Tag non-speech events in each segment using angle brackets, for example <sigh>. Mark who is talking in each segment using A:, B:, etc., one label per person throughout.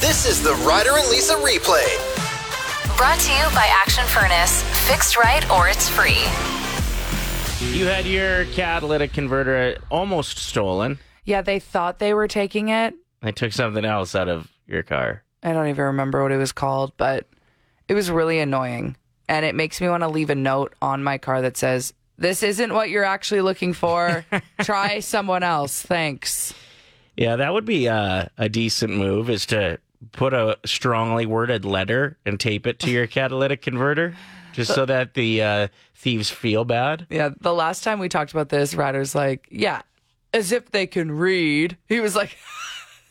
A: This is the Ryder and Lisa replay.
B: Brought to you by Action Furnace. Fixed right or it's free.
C: You had your catalytic converter almost stolen.
D: Yeah, they thought they were taking it.
C: They took something else out of your car.
D: I don't even remember what it was called, but it was really annoying. And it makes me want to leave a note on my car that says, This isn't what you're actually looking for. Try someone else. Thanks.
C: Yeah, that would be uh, a decent move is to put a strongly worded letter and tape it to <laughs> your catalytic converter just so that the uh, thieves feel bad.
D: Yeah, the last time we talked about this, Ryder's like, Yeah, as if they can read. He was like, <laughs>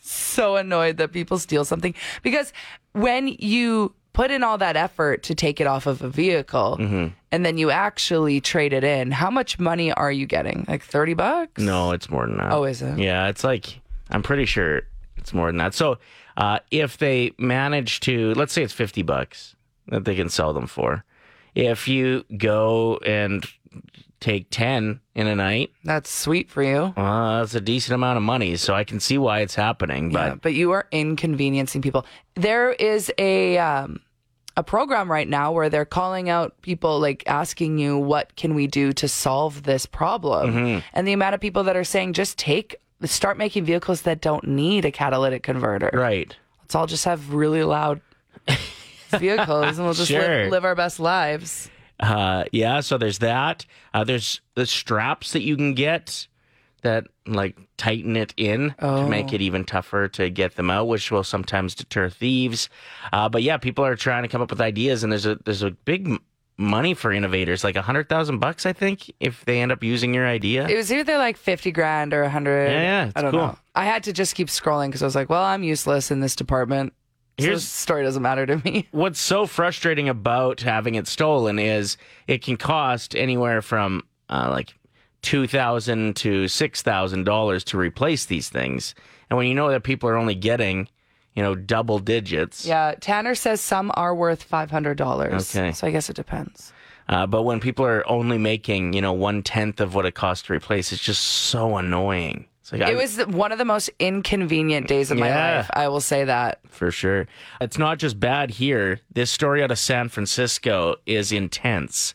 D: So annoyed that people steal something. Because when you put in all that effort to take it off of a vehicle
C: Mm-hmm.
D: and then you actually trade it in, how much money are you getting? Like 30 bucks?
C: No, it's more than that.
D: Oh, is it?
C: Yeah, it's like I'm pretty sure it's more than that. So, uh, if they manage to, let's say it's fifty bucks that they can sell them for. If you go and take ten in a night,
D: That's sweet for you.
C: uh, that's a decent amount of money. So I can see why it's happening. But
D: yeah, but you are inconveniencing people. There is a um, a program right now where they're calling out people, like asking you, "What can we do to solve this problem?"
C: Mm-hmm.
D: And the amount of people that are saying, "Just take, start making vehicles that don't need a catalytic converter.
C: right,
D: Let's all just have
C: <laughs>
D: really loud vehicles, and we'll just
C: Sure.
D: live, live our best lives."
C: uh, yeah. So there's that. Uh, there's the straps that you can get that like tighten it in to make it even tougher to get them out, which will sometimes deter thieves. Uh, but yeah, people are trying to come up with ideas, and there's a there's a big m- money for innovators, like a hundred thousand bucks, I think, if they end up using your idea.
D: It was either like fifty grand or a hundred.
C: Yeah, yeah, it's
D: I don't
C: cool.
D: know. I had to just keep scrolling because I was like, "Well, I'm useless in this department." So
C: Here's-
D: this story doesn't matter to me.
C: What's so frustrating about having it stolen is it can cost anywhere from uh, like two thousand to six thousand dollars to replace these things, and when you know that people are only getting, you know, double digits.
D: Yeah, Tanner says some are worth five hundred dollars.
C: Okay.
D: so I guess it depends.
C: Uh, but when people are only making, you know, one tenth of what it costs to replace, it's just so annoying. It's like, I,
D: It was the- one of the most inconvenient days of my
C: Yeah.
D: life. I will say that.
C: for sure. It's not just bad here. This story out of San Francisco is intense.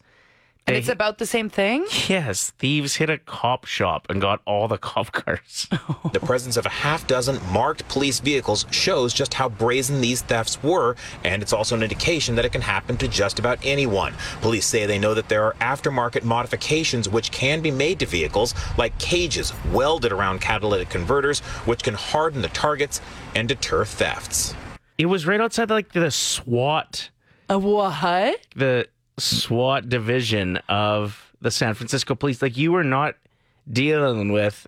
D: And it's about the
C: <laughs>
D: same thing.
C: Yes, thieves hit a cop shop and got all the <laughs> cop cars.
E: The presence of a half dozen marked police vehicles shows just how brazen these thefts were, and it's also an indication that it can happen to just about anyone. Police say they know that there are aftermarket modifications which can be made to vehicles, like cages welded around catalytic converters, which can harden the targets and deter thefts.
C: it was right outside like the SWAT,
D: A what?
C: the SWAT division of the San Francisco police. Like you were not dealing with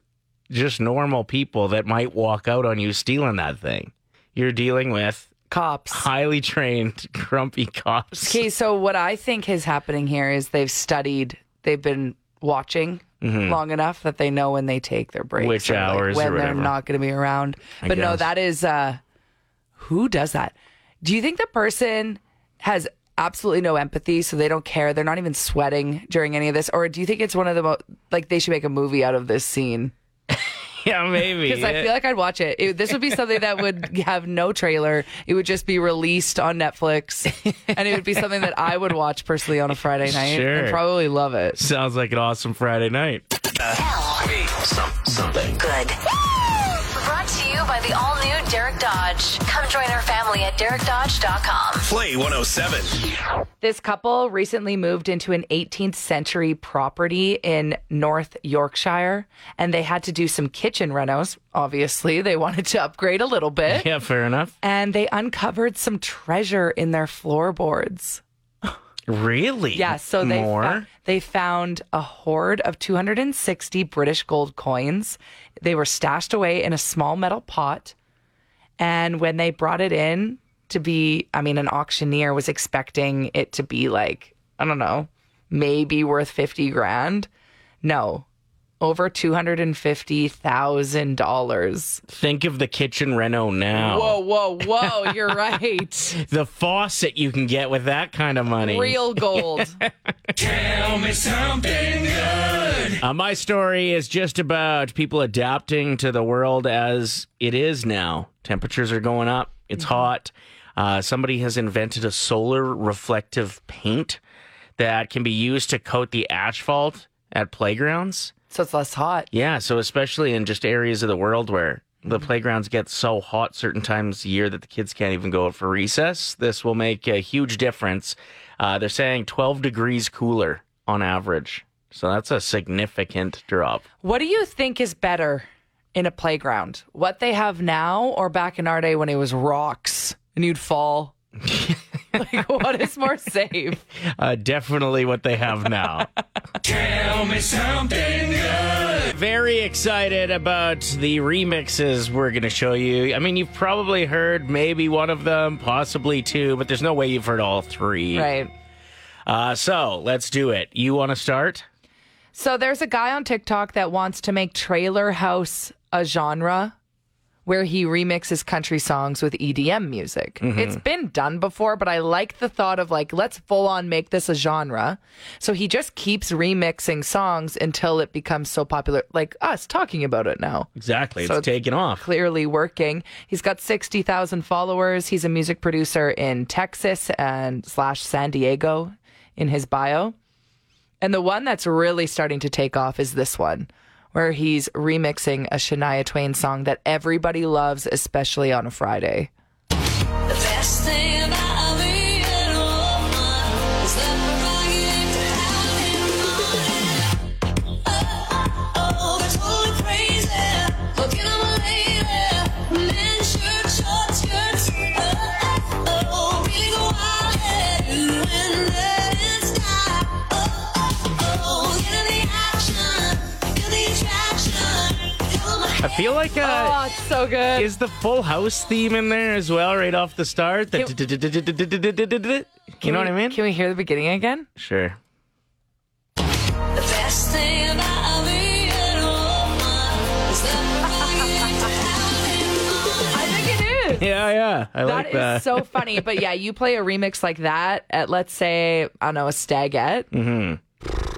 C: just normal people that might walk out on you stealing that thing. You're dealing with
D: Cops.
C: highly trained, <laughs> grumpy cops.
D: Okay, so what I think is happening here is they've studied. They've been watching long enough that they know when they take their breaks,
C: Mm-hmm. Which
D: or, like,
C: hours or
D: when they're
C: whatever.
D: not going to be around. but no,
C: guess.
D: that is uh, who does that? Do you think the person has absolutely no empathy, so they don't care? They're not even sweating during any of this, or do you think it's one of the most like they should make a movie out of this scene?
C: <laughs> Yeah, maybe.
D: Because I feel like I'd watch it. it. This would be something
C: <laughs>
D: that would have no trailer. It would just be released on Netflix, and it would be something that I would watch personally on a Friday night
C: Sure.
D: and probably love it.
C: Sounds like an awesome Friday night.
A: Hey, some, something.
B: Good. Brought to you by the all new Derek Dodge. Come join our family at derekdodge.com.
A: Play 107.
D: This couple recently moved into an 18th century property in North Yorkshire, and they had to do some kitchen renos. Obviously, they wanted to upgrade a little
C: <laughs>
D: bit,
C: Yeah, fair enough.
D: and they uncovered some treasure in their floorboards.
C: Really?
D: Yeah, so they
C: more.
D: fou- they found a hoard of 260 British gold coins. They were stashed away in a small metal pot, and when they brought it in to be, I mean, an auctioneer was expecting it to be like I don't know, maybe worth 50 grand. No, over 250 thousand dollars.
C: Think of the kitchen reno now.
D: Whoa, whoa, whoa! You're <laughs> right.
C: The faucet you can get with that kind of money.
D: Real gold.
C: Uh, my story is just about people adapting to the world as it is now. Temperatures are going up. It's hot. Uh, somebody has invented a solar reflective paint that can be used to coat the asphalt at playgrounds.
D: So it's less hot.
C: Yeah, so especially in just areas of the world where the playgrounds get so hot certain times a year that the kids can't even go out for recess, this will make a huge difference. Uh, they're saying 12 degrees cooler on average. So that's a significant drop.
D: What do you think is better in a playground? What they have now or back in our day when it was rocks and you'd fall? <laughs> like, what is more safe?
C: Uh, definitely what they have now.
F: Tell me something good.
C: Very excited about the remixes we're going to show you. I mean, you've probably heard maybe one of them, possibly two, but there's no way you've heard all three.
D: Right.
C: Uh, so let's do it. You want to start?
D: So there's a guy on TikTok that wants to make Trailer House a genre where he remixes country songs with EDM music. It's been done before, but I like the thought of like, let's full on make this a genre. So he just keeps remixing songs until it becomes so popular, like us talking about it now.
C: Exactly.
D: So
C: it's taking off.
D: clearly working. He's got 60,000 followers. He's a music producer in Texas and slash San Diego in his bio. And the one that's really starting to take off is this one, where he's remixing a Shania Twain song that everybody loves, especially on a Friday.
G: The best thing about being a woman is the right to have him on it. Oh, oh, it's totally crazy. Look at him, lady. Men shirt, short skirts. Oh, oh, oh, really go wild at you and let it stop. Oh, oh, oh, get in the action, feel the attraction. Feel my
C: I feel like uh,
D: oh, it's so good.
C: is the Full House theme in there as well, right off the start? The
D: Can-
C: du-du-du-du-du-du-du-du-du-du. You know what I mean?
D: Can we hear the beginning again?
C: Sure.
G: The best thing about being a woman is the right to have him on.
D: I think it is.
C: Yeah, yeah. I
D: That
C: like
D: is
C: that.
D: so funny. But yeah, you play a remix like that at, let's say, I don't know, a stagette.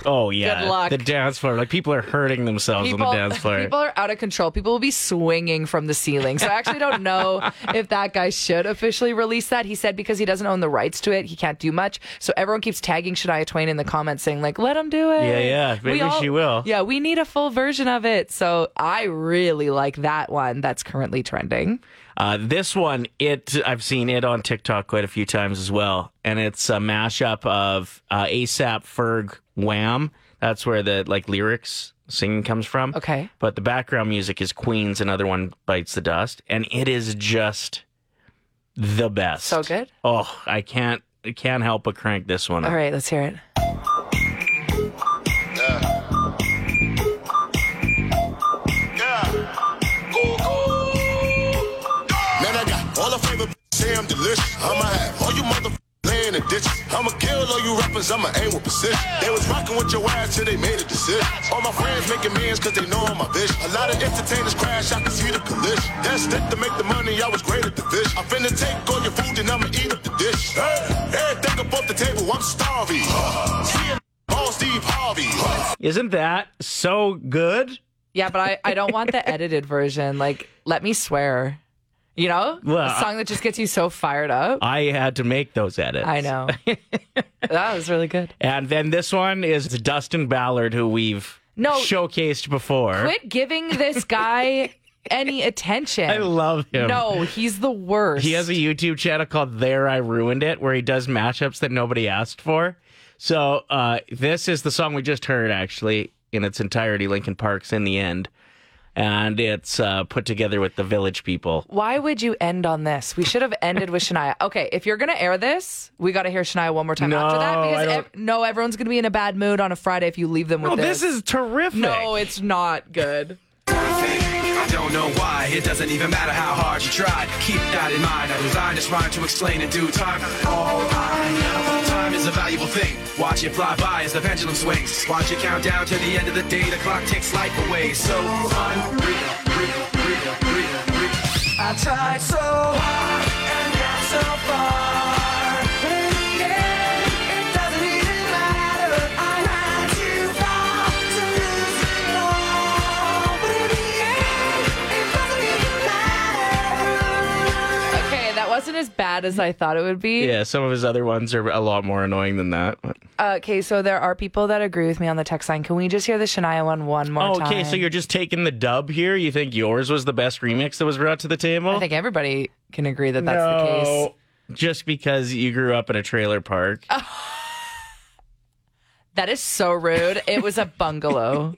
C: Oh yeah,
D: Good luck.
C: the dance floor. Like people are hurting themselves on the dance floor.
D: people are out of control. People will be swinging from the ceiling. So I actually
C: <laughs>
D: don't know if that guy should officially release that. He said because he doesn't own the rights to it, he can't do much. So everyone keeps tagging Shania Twain in the comments saying like, "Let him do it."
C: Yeah, yeah. Maybe she will.
D: Yeah, we need a full version of it. So I really like that one. That's currently trending.
C: Uh, this one, it I've seen it on TikTok quite a few times as well, and it's a mashup of uh, ASAP Ferg Wham. That's where the like lyrics singing comes from.
D: Okay.
C: but the background music is Queen's "Another One Bites the Dust," and it is just the best.
D: So good?
C: Oh, I can't I can't help but crank this one. up.
D: All right, let's hear it.
H: Man, I got all the favorite say I'm delicious. I'ma have all you mother laying in the ditch. I'ma kill all you rappers, I'ma aim with precision. They was rocking with your ass till they made a decision. All my friends making mans cause they know I'm a bitch. A lot of entertainers crash, I can see the collision. That's it to make the money, I was great at the fish. I'm finna take all your food and I'ma eat up the dish. Hey, everything up off the table, I'm starving. Seeing all Steve Harvey.
C: Isn't that so good?
D: Yeah, but I, I don't want
C: <laughs>
D: the edited version. Like, let me swear. You know,
C: Well,
D: a song that just gets you so fired up.
C: I had to make those edits.
D: I know. <laughs> that was really good.
C: And then this one is Dustin Ballard, who we've
D: No.
C: showcased before.
D: Quit giving this guy any <laughs> attention.
C: I love him.
D: No, he's the worst.
C: He has a YouTube channel called There I Ruined It, where he does mashups that nobody asked for. So uh, this is the song we just heard, actually, in its entirety. Lincoln Park's in the end, and it's uh, put together with the Village People.
D: Why would you end on this? We should have ended with Shania. Okay, if you're gonna air this, we got to hear Shania one more time
C: No,
D: after that
C: I
D: because
C: don't-
D: ev- no, everyone's gonna be in a bad mood on a Friday if you leave them with
C: Oh, this is terrific.
D: no, it's not good.
F: I don't know why, it doesn't even matter how hard you try. Keep that in mind, I designed this rhyme to explain in due time. All I know, time is a valuable thing. Watch it fly by as the pendulum swings. Watch it count down to the end of the day, the clock takes life away. So unreal, real, real, real, real. I tried so hard and got so far. But in the end, it doesn't even matter. I had to fall to lose it all. But in the end, it doesn't even matter.
D: Okay, that wasn't as bad as I thought it would be.
C: Yeah, some of his other ones are a lot more annoying than that. but-
D: Uh, Okay, so there are people that agree with me on the text line. Can we just hear the Shania one one more
C: Oh,
D: time?
C: okay, so you're just taking the dub here. You think yours was the best remix that was brought to the table?
D: I think everybody can agree that that's the case.
C: Just because you grew up in a trailer park.
D: That is so rude. It was a <laughs> bungalow.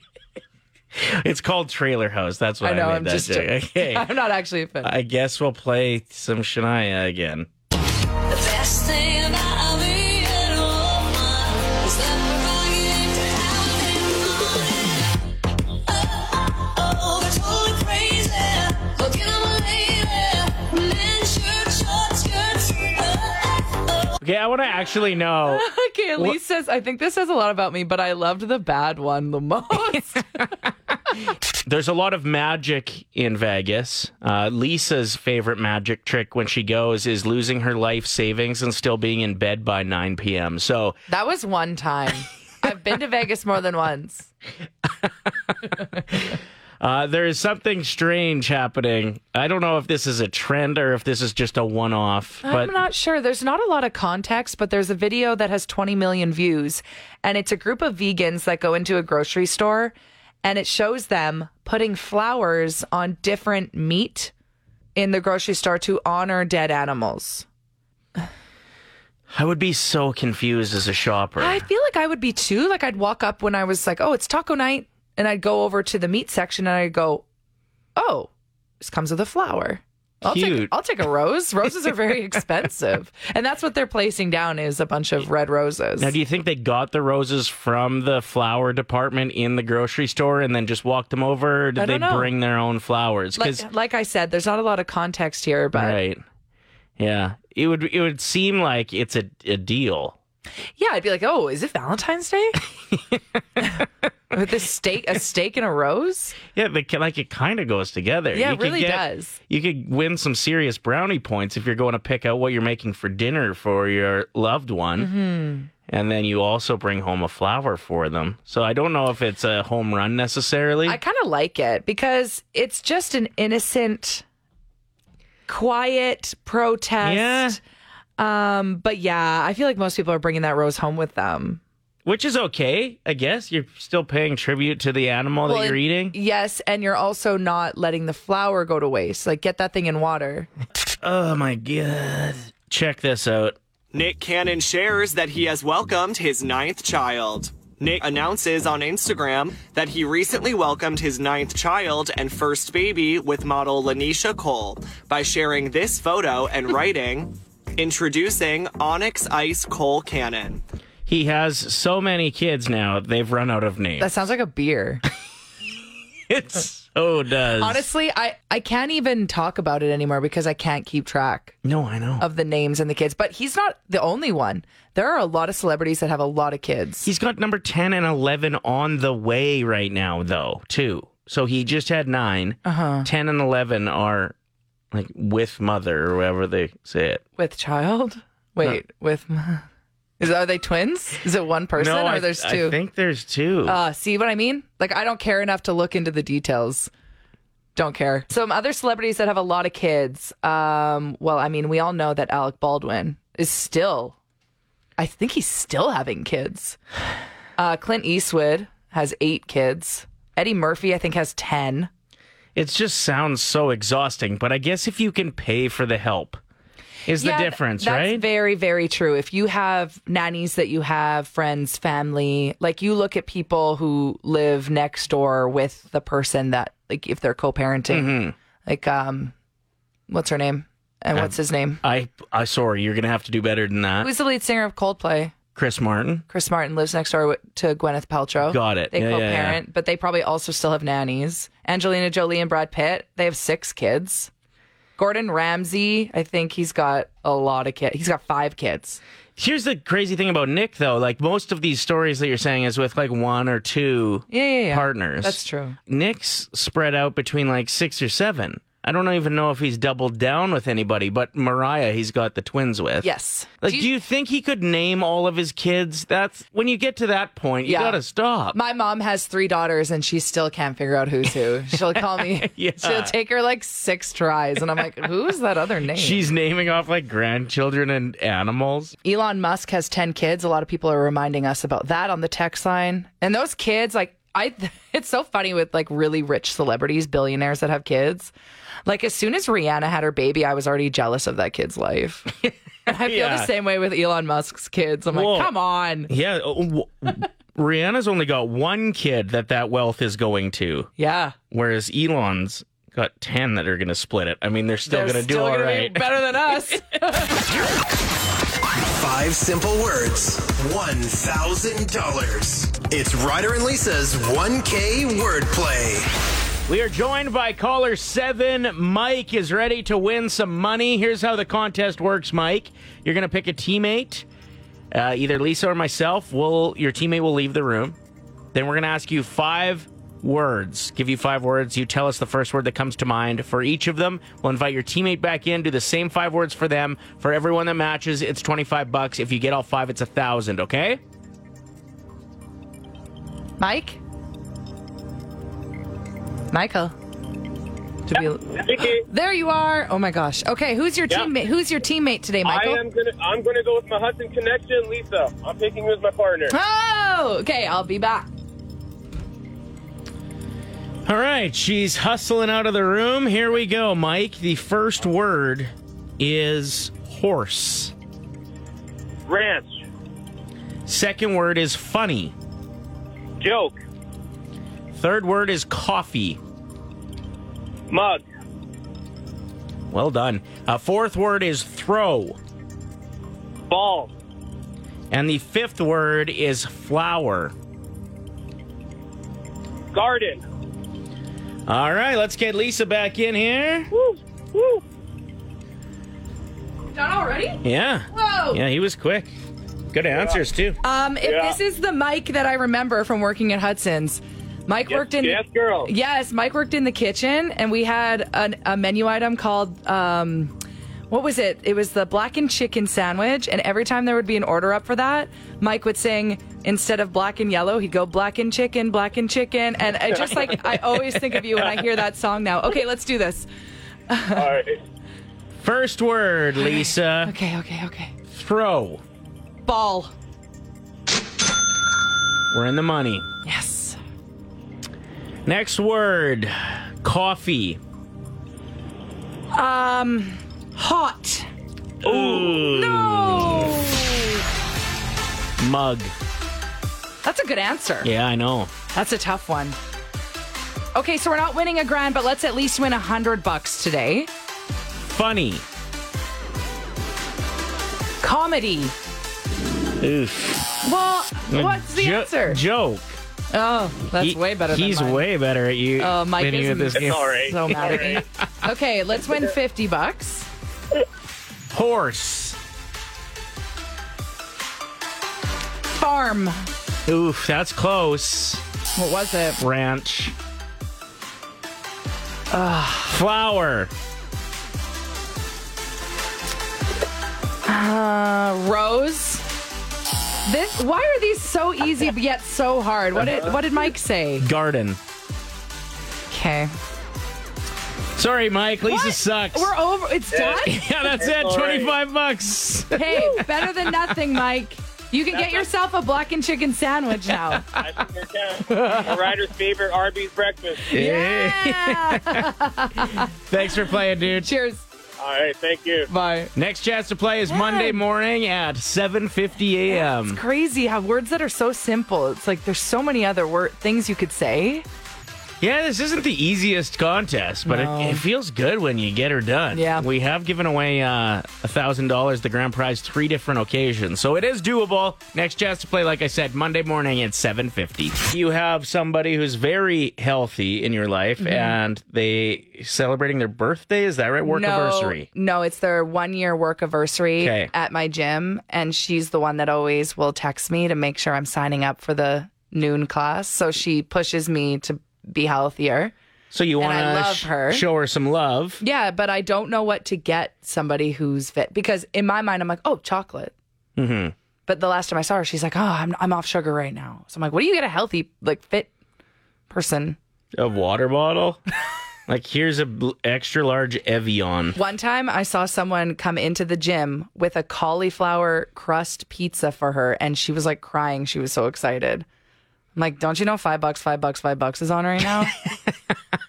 C: It's called Trailer House. That's why I,
D: I know,
C: made
D: I'm
C: that
D: just-
C: joke.
D: <laughs>
C: Okay.
D: I'm not actually a fan.
C: I guess we'll play some Shania again.
G: The best thing about being a woman is that I get to have it all. Oh, oh, oh, we're totally crazy. But get on my lady, men shirt, short skirts. Oh, oh, oh.
C: Okay, I want to actually know.
D: Okay, Elise says, I think this says a lot about me, but I loved the bad one <laughs> the most.
C: There's a lot of magic in Vegas. Uh, Lisa's favorite magic trick when she goes is losing her life savings and still being in bed by 9 p.m. So
D: that was one time. I've been to Vegas more than once.
C: Uh, there is something strange happening. I don't know if this is a trend or if this is just a one off, but
D: I'm not sure. There's not a lot of context, but there's a video that has 20 million views, and it's a group of vegans that go into a grocery store, and it shows them putting flowers on different meat in the grocery store to honor dead animals.
C: I would be so confused as a shopper.
D: I feel like I would be too. Like I'd walk up when I was like, "Oh, it's taco night," and I'd go over to the meat section and I'd go, "Oh, this comes with a flower." I'll
C: Cute.
D: take I'll take a rose. Roses are
C: <laughs>
D: very expensive, and that's what they're placing down is a bunch of red roses.
C: now, do you think they got the roses from the flower department in the grocery store and then just walked them over? Or did
D: I
C: they
D: don't know.
C: bring their own flowers? Because
D: like, like I said, there's not a lot of context here, but
C: right, yeah, it would it would seem like it's a, a deal.
D: yeah, I'd be like, "Oh, is it Valentine's
C: <laughs>
D: Day?" <laughs> With a steak, a steak and a rose.
C: Yeah, they, ca- like it kind of goes together.
D: Yeah, it
C: could
D: really does.
C: You could win some serious brownie points if you're going to pick out what you're making for dinner for your loved one.
D: Mm-hmm.
C: And then you also bring home a flower for them. So I don't know if it's a home run necessarily.
D: I kind of like it because it's just an innocent, quiet protest. Um, but yeah, I feel like most people are bringing that rose home with them.
C: Which is okay, I guess. You're still paying tribute to the animal that you're eating.
D: Yes, and you're also not letting the flower go to waste. Like, get that thing in water.
C: Oh my God. Check this out.
I: Nick Cannon shares that he has welcomed his ninth child. Nick announces on Instagram that he recently welcomed his ninth child and first baby with model Lanisha Cole by sharing this photo and writing, Introducing Onyx Ice Cole Cannon.
C: He has so many kids now, they've run out of names.
D: That sounds like
C: <laughs>
D: a beer.
C: it so does.
D: Honestly, I, I can't even talk about it anymore because I can't keep track
C: no, I know.
D: of the names and the kids. But he's not the only one. There are a lot of celebrities that have a lot of kids.
C: He's got number 10 and 11 on the way right now, though, too. So he just had 9 Uh-huh. 10 and 11 are like with mother or whatever they say it.
D: With child? Wait, with m- is are they twins? Is it one person or
C: I,
D: there's
C: I
D: two?
C: think there's two.
D: uh, see what I mean? Like I don't care enough to look into the details. Don't care. Some other celebrities that have a lot of kids. Um, well, I mean, we all know that Alec Baldwin is still, I think he's still having kids. Uh, Clint Eastwood has eight kids. Eddie Murphy, I think, has ten.
C: it just sounds so exhausting, but I guess if you can pay for the help is the
D: th-
C: difference,
D: that's
C: right?
D: very, very true. If you have nannies that you have, friends, family, like you look at people who live next door with the person that, like, if they're co-parenting,
C: Mm-hmm.
D: like, um, what's her name
C: Uh,
D: and what's his name?
C: I, I sorry, you're gonna have to do better than that.
D: Who's the lead singer of Coldplay?
C: Chris Martin.
D: Chris Martin lives next door wi- to Gwyneth Paltrow.
C: Got it.
D: They
C: Yeah, yeah, yeah.
D: co-parent, but they probably also still have nannies. Angelina Jolie and Brad Pitt, they have six kids. Gordon Ramsay, I think he's got a lot of kids. He's got five kids.
C: Here's the crazy thing about Nick, though. Like most of these stories that you're saying is with like one or two
D: Yeah, yeah, yeah.
C: partners.
D: That's true.
C: Nick's spread out between like six or seven. I don't even know if he's doubled down with anybody, but Mariah, he's got the twins with.
D: Yes.
C: Like,
D: Do
C: do
D: you-
C: you, think he could name all of his kids? That's when you get to that point, you
D: Yeah.
C: gotta stop.
D: My mom has three daughters and she still can't figure out who's who. She'll call me.
C: <laughs> Yeah.
D: She'll take her like six tries. And I'm like, who's that other name?
C: She's naming off like grandchildren and animals.
D: Elon Musk has 10 kids. A lot of people are reminding us about that on the text line. And those kids, like, I, <laughs> it's so funny with like really rich celebrities, billionaires that have kids. Like, as soon as Rihanna had her baby, I was already jealous of that kid's life. <laughs> And I feel the
C: Yeah.
D: same way with Elon Musk's kids. I'm
C: Whoa.
D: like, come on.
C: Yeah. oh, w- Rihanna's only got one kid that that wealth is going to,
D: Yeah.
C: whereas Elon's got 10 that are going to split it. I mean, they're still
D: They're
C: going to do
D: still
C: all
D: gonna be
C: right.
D: better
C: <laughs>
D: than us.
A: Five simple words, $1,000. It's Ryder and Lisa's 1K wordplay.
C: We are joined by caller seven. Mike is ready to win some money. Here's how the contest works, Mike. You're going to pick a teammate, uh, either Lisa or myself. Will your teammate will leave the room? Then we're going to ask you five words. Give you five words. You tell us the first word that comes to mind for each of them. We'll invite your teammate back in. Do the same five words for them. For everyone that matches, it's twenty five bucks. If you get all five, it's a thousand. Okay?
D: Mike? Michael. Did we- there you are. Oh my gosh. Okay, who's your teammate? Who's your teammate today,
J: I
D: Michael?
J: am gonna. I'm gonna go with my Hudson connection, Lisa. I'm picking you as my partner.
D: Oh, okay. I'll be back.
C: All right, she's hustling out of the room. Here we go, Mike. The first word is horse.
J: Ranch,
C: Second word is funny.
J: joke,
C: Third word is coffee.
J: mug,
C: Well done. Uh, fourth word is throw.
J: ball,
C: And the fifth word is flower.
J: garden.
C: All right, let's get Lisa back in here.
J: Woo, woo.
D: Done already?
C: Yeah.
D: Whoa.
C: Yeah, he was quick. Good answers, too.
D: Um, if
J: Yeah.
D: this is the Mike that I remember from working at Hudson's, Mike worked in.
J: yes, girl.
D: Yes, Mike worked in the kitchen, and we had an, a menu item called. Um, what was it? It was the blackened chicken sandwich, and every time there would be an order up for that, Mike would sing instead of black and yellow, he'd go black and chicken, black and chicken, and I just like
J: <laughs>
D: I always think of you when I hear that song now. Okay, let's do this.
J: All right.
C: First word, Lisa
D: Okay, okay, okay.
C: throw.
D: Ball.
C: We're in the money.
D: Yes.
C: Next word, coffee.
D: Um, hot.
C: Ooh. Mug.
D: That's a good answer.
C: Yeah, I know.
D: That's a tough one. Okay, so we're not winning a grand, but let's at least win a hundred bucks today.
C: Funny.
D: Comedy.
C: Oof.
D: Well, what's the
C: Jo-
D: answer?
C: Joke.
D: oh, that's
C: He-
D: way better. than
C: He's
D: mine.
C: way better at you
D: Oh, Mike
C: than you at
D: is
C: this game.
J: All right.
D: so mad at me. Okay, let's win fifty bucks.
C: Horse.
D: Farm.
C: Oof, that's close.
D: What was it?
C: Ranch. Flower.
D: Uh, Rose. This. Why are these so easy but yet so hard? What did What did Mike say?
C: Garden.
D: Okay.
C: Sorry, Mike. Lisa
D: What?
C: sucks. <laughs>
D: We're over. It's done.
C: yeah, that's it. Twenty-five bucks.
D: Hey, better than nothing, Mike. You can get yourself a blackened chicken sandwich now.
J: I think you're counting. A rider's favorite Arby's breakfast.
D: Yeah.
C: <laughs> Thanks for playing, dude.
D: Cheers.
J: All right. Thank you.
D: Bye.
C: Next chance to play is
D: Yeah.
C: Monday morning at 7:50 a.m.
D: It's crazy how words that are so simple. It's like there's so many other word things you could say.
C: Yeah, this isn't the easiest contest, but
D: No.
C: it, it feels good when you get her done.
D: Yeah.
C: We have given away uh, $1,000, the grand prize, three different occasions. So it is doable. Next chance to play, like I said, Monday morning at 7.50. You have somebody who's very healthy in your life,
D: Mm-hmm.
C: and they celebrating their birthday. Is that right? Work anniversary.
D: No, it's their one year work anniversary
C: Okay.
D: at my gym, and she's the one that always will text me to make sure I'm signing up for the noon class. So she pushes me to be healthier.
C: So you
D: And
C: want
D: I
C: to
D: love her.
C: show her some love.
D: Yeah, but I don't know what to get somebody who's fit because in my mind I'm like, oh, chocolate. Mm-hmm. But the last time I saw her, she's like, oh, I'm I'm off sugar right now. So I'm like, what do you get a healthy like fit person?
C: A water bottle. like here's a bl- extra large Evian.
D: <laughs> One time I saw someone come into the gym with a cauliflower crust pizza for her, and she was like crying. She was so excited. I'm like, don't you know five bucks, five bucks, five bucks is on right now?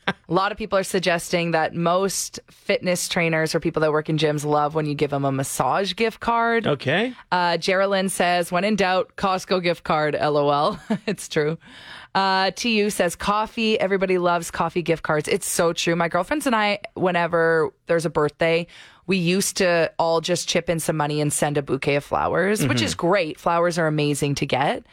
D: a lot of people are suggesting that most fitness trainers or people that work in gyms love when you give them a massage gift card.
C: Okay.
D: Uh, Geraldine says, when in doubt, Costco gift card, lol. <laughs> it's true. Uh, TU says, coffee. Everybody loves coffee gift cards. It's so true. My girlfriends and I, whenever there's a birthday, we used to all just chip in some money and send a bouquet of flowers,
C: Mm-hmm.
D: which is great. Flowers are amazing to get,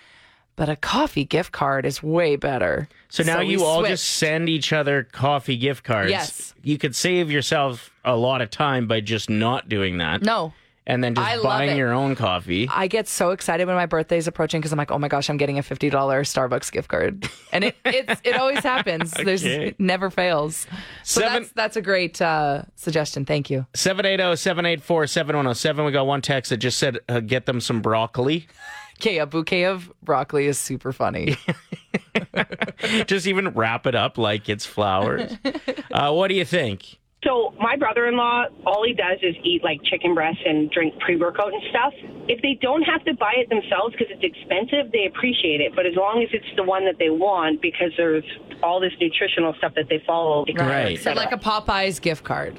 D: but a coffee gift card is way better.
C: So now
D: we
C: you all just
D: switched.
C: send each other coffee gift cards.
D: Yes.
C: You could save yourself a lot of time by just not doing that.
D: No,
C: And then just
D: I love
C: buying
D: it. Uh,
C: your own coffee.
D: I get so excited when my birthday's approaching because I'm like, oh my gosh, I'm getting a $50 Starbucks gift card. <laughs> And it it's, it always
C: <laughs>
D: happens. There's
C: Okay.
D: it never fails. So
C: Seven- oh,
D: that's that's a great uh, suggestion. Thank you.
C: 780-784-7107. We got one text that just said, uh, get them some broccoli. <laughs>
D: Okay, a bouquet of broccoli is super funny.
C: just even wrap it up like it's
D: <laughs>
C: flowers. uh, what do you think?
K: So my brother-in-law, all he does is eat like chicken breast and drink pre-workout and stuff. If they don't have to buy it themselves because it's expensive, they appreciate it. But as long as it's the one that they want, because there's all this nutritional stuff that they follow. et cetera,
C: Right.
K: et
D: So
K: cetera.
D: like a Popeyes gift card.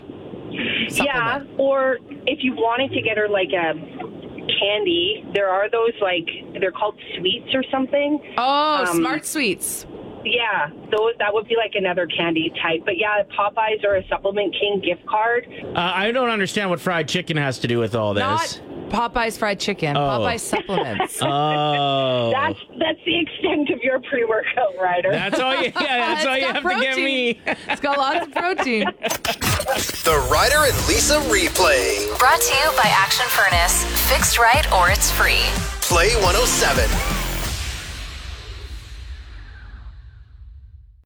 K: yeah,
D: Supplement.
K: or if you wanted to get her like a candy, there are those like they're called sweets or something.
D: Oh,
K: Um,
D: smart sweets.
K: Yeah, those that would be like another candy type. But yeah, Popeyes or a Supplement King gift card.
C: Uh, I don't understand what fried chicken has to do with all this.
D: Not Popeyes fried chicken.
C: <laughs>
D: Popeyes supplements.
C: Uh.
D: <laughs>
C: oh.
K: That's that's the <laughs> extent of your pre-workout rider.
C: That's all you, yeah, that's
D: It's
C: all you
D: got
C: have to give me.
D: protein. it's got lots of protein.
A: The Ryder and Lisa replay. oh
B: Brought to you by Action Furnace. Fixed right or it's free.
A: Play 107.